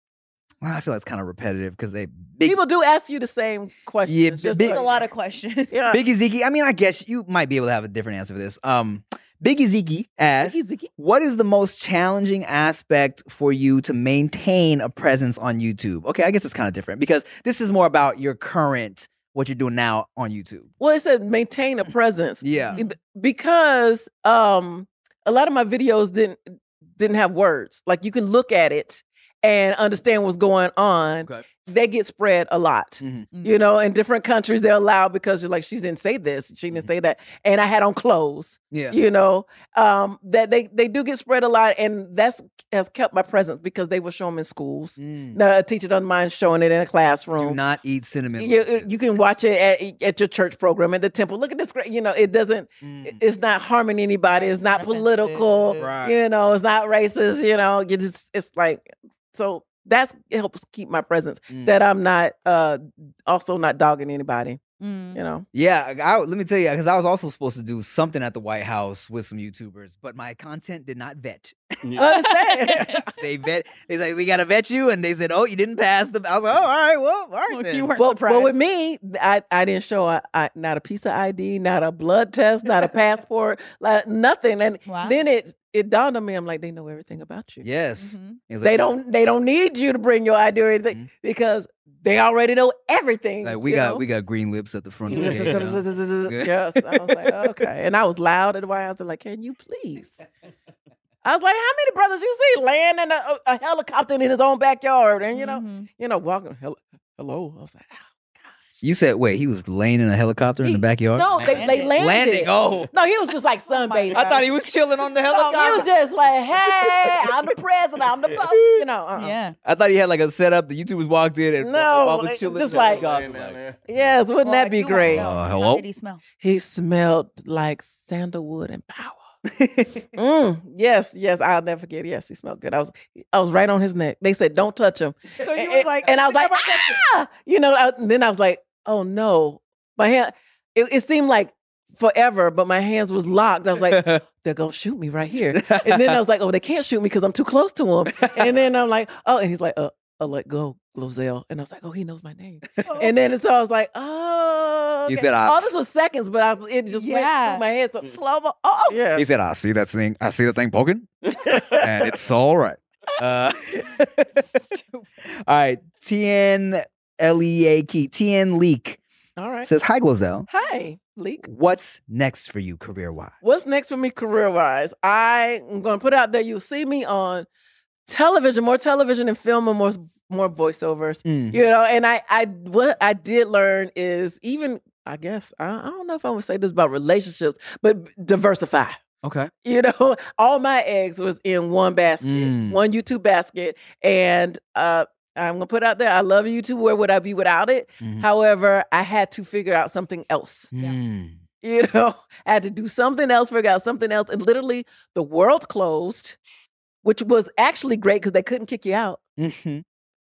well, I feel it's kind of repetitive because they big
People do ask you the same questions.
Yeah,
It's just
big-
There's
like-
a lot of questions.
yeah.
Biggie Ziggy. I mean, I guess you might be able to have a different answer for this. Um, Biggie Ziggy asks,
Ziggy, ziggy.
"What is the most challenging aspect for you to maintain a presence on YouTube?" Okay, I guess it's kind of different because this is more about your current what you're doing now on YouTube.
Well, it said maintain a presence.
Yeah.
It- because um a lot of my videos didn't didn't have words like you can look at it and understand what's going on
Okay.
they get spread a lot
Mhm.
Mm-hmm.
Mm-hmm.
you know in different countries they're allowed because you're like she didn't say this she
Mm-hmm.
didn't say that and i had on clothes
Yeah.
you know um that they they do get spread a lot and that's has kept my presence because they will show them in schools
Mm.
Now, a teacher doesn't mind showing it in a
Do
classroom
not eat cinnamon.
you, uh,
loafers.
you can watch it at, at your church program at the temple look at this great you know it doesn't it-
Mm.
it's not harming anybody. It's not
Offensive.
political.
Right.
You know, it's not racist. You know, you just it's like so that's it helps keep my presence
Mm.
that I'm not uh also not dogging anybody.
Mm.
You know,
Yeah, I, I- let me tell you, because I was also supposed to do something at the White House with some YouTubers, but my content did not vet.
understand?
They vet. They like, we gotta vet you, and they said, oh, you didn't pass the. I was like, oh, all right, well, all right.
Well,
then.
you weren't
well,
surprised.
well, with me, I, I didn't show a, I, not a piece of ID, not a blood test, not a passport, like nothing. And
Wow.
then it it dawned on me, I'm like, they know everything about you.
Yes. He
Mhm.
was
Mm-hmm. They
like,
don't they don't need you to bring your ID or anything
Mhm.
because they already know everything.
Like we
you
got
know?
we got green lips at the front of the cake. now. Good.
yes, I was like, okay, and I was loud at the White House. They're like, can you please? I was like, how many brothers you see land in a, a helicopter in his own backyard, and you know,
Mm-hmm.
Mhm.
you know, walking, hello, hello. I was like, "Ah."
You said wait, he was laying in a helicopter in the
He-
backyard.
no, they, they
Landing.
landed.
landing. Oh,
No, he was just like
Oh my
sunbathing.
I thought he was chilling on the
no,
helicopter.
he was just like, hey, I'm the president, I'm the pope, you know. Uh-uh.
Yeah.
I thought he had like a setup. The YouTubers walked in and
No,
Bob was
like,
chilling
just
in the
like-
helicopter,
Yes, wouldn't
Well, I
that be
do wanna
great?
know,
Uh,
how
hello?
did he smell?
He smelled like sandalwood and power. Mm, yes, yes, I'll never forget. it. Yes, he smelled good. I was, I was right on his neck. They said, "Don't touch him,"
So you
and,
was like,
and I was like,
"Think about this."
"Ah!" you know. I, and then I was like, "Oh no, my hand." It, it seemed like forever, but my hands was locked. I was like, "They're gonna shoot me right here," and then I was like, "Oh, they can't shoot me because I'm too close to him." And then I'm like, "Oh," and he's like, "Uh, uh let go, Glozell," and I was like, "Oh, he knows my name."
Oh.
And then so I was like, "Oh,"
He
okay."
said, "I Mm.
"All
s-
this was seconds," but I it just
Yeah.
went through my head. So,
slow mo. Oh,
yeah.
he said, "I see that thing. I see the thing poking, and it's all right." Uh, all right, Tn E Leak Tn Leak
All right.
says, "Hi, Glozell.
Hi, Leek.
What's next for you career wise?
What's next for me career wise? I'm going to put out there. You'll see me on television, more television and film, and more more voiceovers.
Mm,
You know, and I I what I did learn is even I guess I, I don't know if I would say this about relationships, but diversify.
Okay.
You know, all my eggs was in one basket,
Mm.
one YouTube basket, and uh, I'm gonna put out there. I love YouTube. Where would I be without it?
Mhm.
However, I had to figure out something else.
Mm.
You know, I had to do something else, figure out something else. And literally, the world closed, which was actually great because they couldn't kick you out.
Mhm.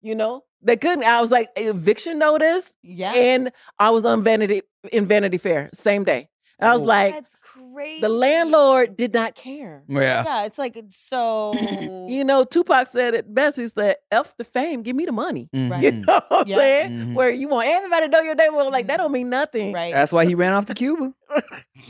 You know, they couldn't. I was like eviction notice,
yeah.
and I was on Vanity in Vanity Fair same day. And I was
Ooh.
like,
That's crazy.
the landlord did not care.
Yeah.
Yeah, it's like it's so.
You know, Tupac said it best. He said, F the fame, give me the money. You
Mhm.
know what I'm
Yeah.
saying?
Mhm.
Where you want everybody to know your name, well, like that
Mhm.
don't mean nothing.
right.
That's why he ran off to Cuba.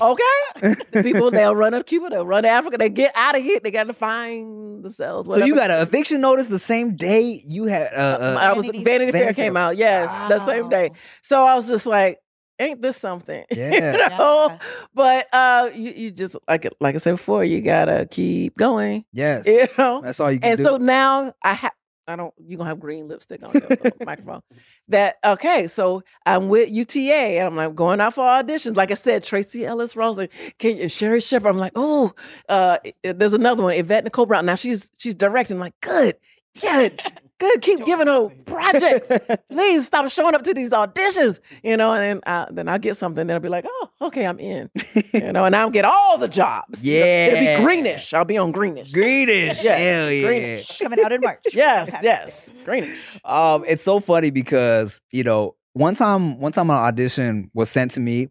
Okay. People they'll run up Cuba, they'll run to Africa, they get out of here, they gotta find themselves.
so you
whatever.
got an eviction notice the same day you had. Uh, uh,
I was
Vanity Fair.
Vanity, Fair
Vanity
came
Fair.
out, yes, the same day.
Wow.
So I was just like, ain't this something?
Yeah.
you know? But uh you, you just like like I said before, you gotta keep going.
yes.
You know?
That's all you can
And
do.
so now I have. I don't. You gonna have green lipstick on your little microphone. That okay? So I'm with UTA, and I'm like going out for auditions. Like I said, Tracy Ellis Rosen, can you, Sherry Shepherd. I'm like, oh, uh, i- i- there's another one, Yvette Nicole Brown. Now she's she's directing. I'm like, good, good, good. Keep giving her projects. Please stop showing up to these auditions. You know, and then I, then I'll get something. Then I'll be like, oh, okay, I'm in. You know, and I'll get all the jobs. You know, it'll
Yeah.
be greenish. I'll be on greenish.
Greenish.
Yes,
Hell yeah.
greenish.
coming out in March.
Yes,
Okay.
yes, greenish.
Um, it's so funny because you know one time one time an audition was sent to me,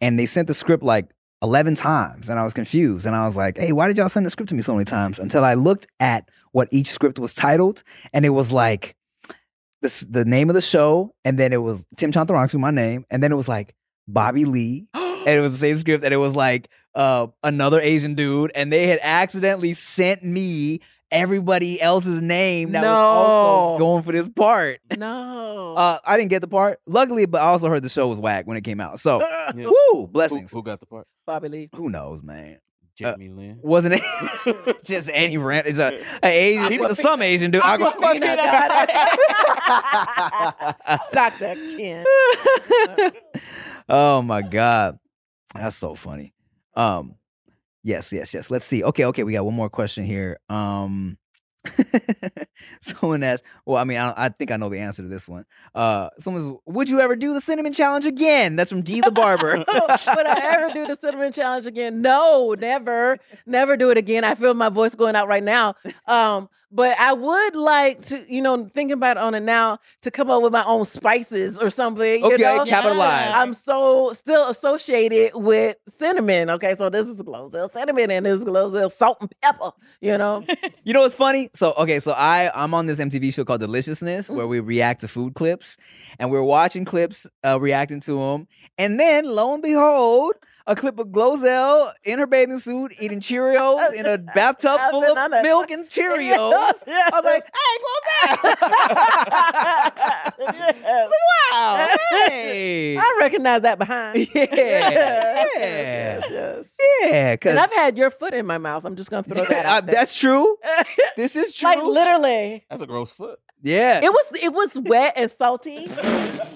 and they sent the script like eleven times, and I was confused, and I was like, "Hey, why did y'all send the script to me so many times?" Until I looked at what each script was titled, and it was like this the name of the show, and then it was Tim Chantharongsu, my name, and then it was like Bobby Lee, and it was the same script, and it was like uh, another Asian dude, and they had accidentally sent me. Everybody else's name that was also
No.
going for this part.
No.
Uh, I didn't get the part, luckily, but I also heard the show was whack when it came out. So,
Yeah.
woo,
Who,
blessings.
who got the part?
Bobby Lee.
Who knows, man?
Jamie Lynn.
Wasn't it just any rant? It's a, a Asian,
Aquafina.
some Asian dude.
Aquafina
Aquafina.
Dr. Ken.
oh my god, that's so funny. Um, yes, yes, yes. Let's see. Okay, okay. We got one more question here. Um, someone asked. Well, I mean, I, I think I know the answer to this one. Uh, someone's. Would you ever do the cinnamon challenge again? That's from D the barber.
Would I ever do the cinnamon challenge again? No, never, never do it again. I feel my voice going out right now. Um, but I would like to, you know, thinking about it on it now, to come up with my own spices or something. you
okay,
know?
capitalize.
I'm so still associated with cinnamon. Okay, so this is Glozell cinnamon and this is Glozell salt and pepper. You know,
You know what's funny? So okay, so I I'm on this MTV show called Deliciousness
Mm-hmm.
where we react to food clips, and we're watching clips, uh, reacting to them, and then lo and behold, a clip of Glozell in her bathing suit eating Cheerios in a bathtub
I've
full
been on
of
that.
milk and Cheerios.
Yes.
I was like, hey, Glozell!
Yes.
wow, hey,
I recognize that behind.
yeah,
Yes, yes,
yeah,
yes.
yeah,
And
because
I've had your foot in my mouth. I'm just gonna throw that out. there.
that's true. This is true.
like literally.
That's a gross foot.
yeah.
It was it was wet and salty.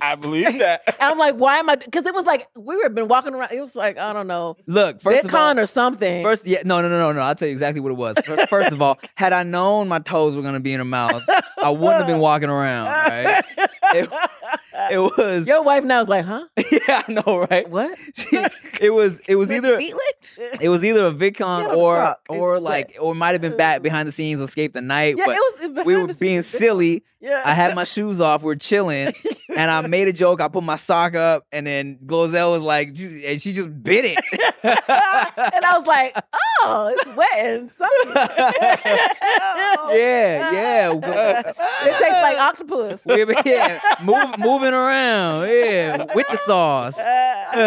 I believe that.
I'm like, why am I? Because it was like we were been walking around. It was like I don't know,
Look, first of all,
VidCon or something.
First, yeah, no, no, no, no, no. I'll tell you exactly what it was. First, first of all, had I known my toes were gonna be in her mouth, I wouldn't have been walking around. Right? It was,
Your wife now is like, huh?
yeah, I know, right?
What?
She- it was, it was
With
either,
feet licked.
it was either a VidCon
Yeah,
or,
fuck. It's
or
wet.
like, or it might have been back behind the scenes, escape the night.
Yeah,
but
it was.
we were being silly.
Yeah,
I had my shoes off. We're chilling, and I made a joke. I put my sock up, and then Glozell was like, "You-" and she just bit it.
and I was like, oh, it's wet and something. Oh,
yeah, yeah.
It tastes like octopus.
We- we- yeah, move, moving around. Yeah, with the sauce.
Oh,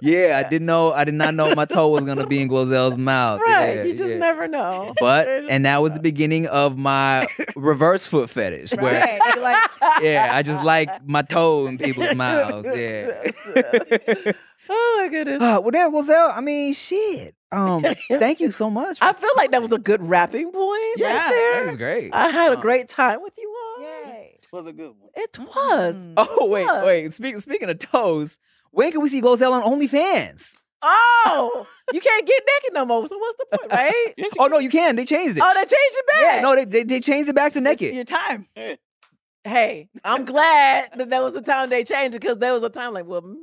yeah,
God.
I didn't know. I did not know my toe was gonna be in Glozell's mouth.
right.
Yeah,
you just
yeah.
never know.
But and that was the beginning of my reverse foot fetish. Where
Right. You're like,
yeah, I just like my toe in people's mouths. Yeah.
oh my goodness.
Uh, well, damn, Glozell. I mean, shit. Um, thank you so much.
I feel like that was a good wrapping point
Yeah,
right
that
there.
was great.
I had a
Uh,
great time with you all.
Yay.
was a good one.
It was.
Mm.
Oh wait,
was.
wait. Speak, speaking of toes, when can we see Glozell on OnlyFans?
Oh, you can't get naked no more. So what's the point, right?
Oh no, you can. They changed it.
Oh, they changed it back.
No, they, they they changed it back to
It's
naked.
Your time.
Hey, I'm glad that there was a time they changed it because there was a time like, well, mm,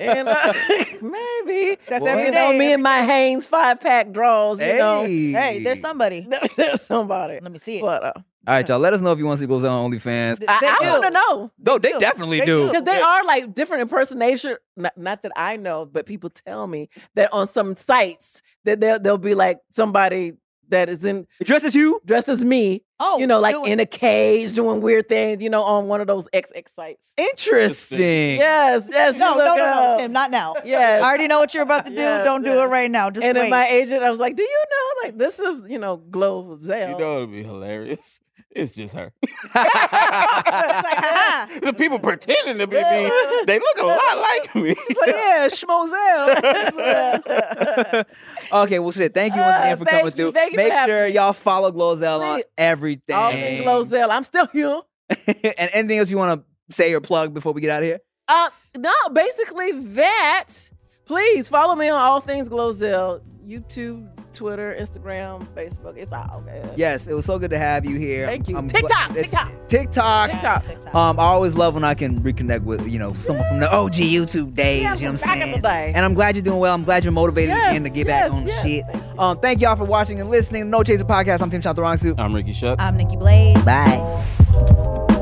and, uh, maybe.
That's
Well,
every
You
Every
know,
day,
me
every-
and my Hanes five pack draws, you know.
Hey, there's somebody.
There's somebody.
Let me see it.
But uh,
All right, y'all. Let us know if you want to see Glozell on OnlyFans.
Th-
I,
they
I
do.
want to know
No, they
do.
definitely
They
do.
do.
because they
They-
are like different impersonation. Not, not that I know, but people tell me that on some sites that they'll they'll be like somebody that is in
Dress as you.
dressed as me,
Oh,
you know, like
do it.
in a cage doing weird things, you know, on one of those XX sites.
Interesting.
Yes, yes, you
no, no,
look
no, no,
up.
Tim, not now. I
Yes.
already know what you're about to do.
uh, Yes,
Don't do
yes.
it right now. Just
and
wait.
then my agent, I was like, "Do you know? Like, this is you know, Glow Zell.
You know it'd be hilarious. It's just her.
It's like, ha
the people pretending to be me. They look a lot like me.
But yeah, Schmozell. okay, well, shit. Thank you once again
Uh,
for
thank
coming
you,
through.
thank you for
Make
having
sure y'all follow Glozell on
Please.
everything.
All things Glow Zell. I'm still here.
and anything else you want to say or plug before we get out of here?
Uh, no, basically that. Please follow me on all things Glozell, YouTube, Twitter, Instagram, Facebook. It's all good.
Yes, it was so good to have you here.
Thank you.
gl-
TikTok,
it's-
TikTok.
TikTok.
TikTok.
Um, I always love when I can reconnect with you know someone from the OG YouTube days.
Yeah,
you know what
back
I'm
in the
saying?
day.
And I'm glad you're doing well. I'm glad you're motivated
Yes,
again to get
yes,
back on the
yes.
shit.
Thank you.
Um, thank y'all for watching and listening. No Chaser Podcast. I'm Tim Chantarangsu.
I'm Ricky Shutt.
I'm Nikki Blade.
Bye.